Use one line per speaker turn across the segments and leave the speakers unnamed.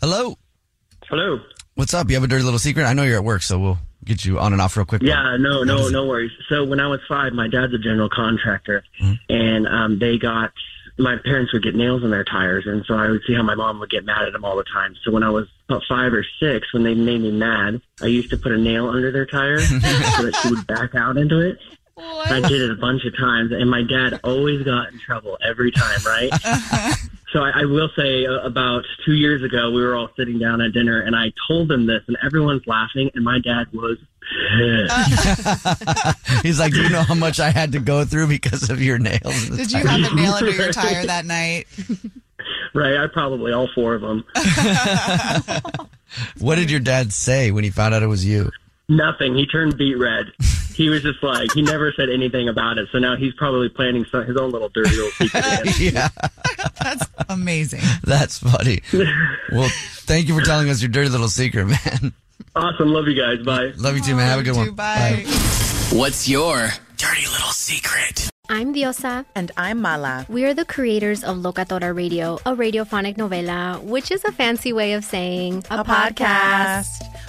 Hello.
Hello.
What's up? You have a dirty little secret? I know you're at work, so we'll get you on and off real quick.
Yeah, no, no, no worries. So when I was five, my dad's a general contractor, and um, they got my parents would get nails in their tires, and so I would see how my mom would get mad at them all the time. So when I was about five or six, when they made me mad, I used to put a nail under their tire so that she would back out into it. I did it a bunch of times, and my dad always got in trouble every time, right? so I, I will say, uh, about two years ago, we were all sitting down at dinner, and I told them this, and everyone's laughing, and my dad was pissed.
He's like, Do you know how much I had to go through because of your nails?
Did you have a nail under your tire that night?
right? I probably all four of them.
What did your dad say when he found out it was you?
Nothing. He turned beet red. He was just like he never said anything about it. So now he's probably planning some, his own little dirty little secret.
yeah,
That's amazing.
that's funny. Well, thank you for telling us your dirty little secret, man.
Awesome. Love you guys. Bye.
Love you too, man.
Oh,
Have a good one.
Bye.
What's your dirty little secret?
I'm Diosa.
And I'm Mala.
We are the creators of Locatora Radio, a radiophonic novela, which is a fancy way of saying
A podcast.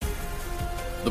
The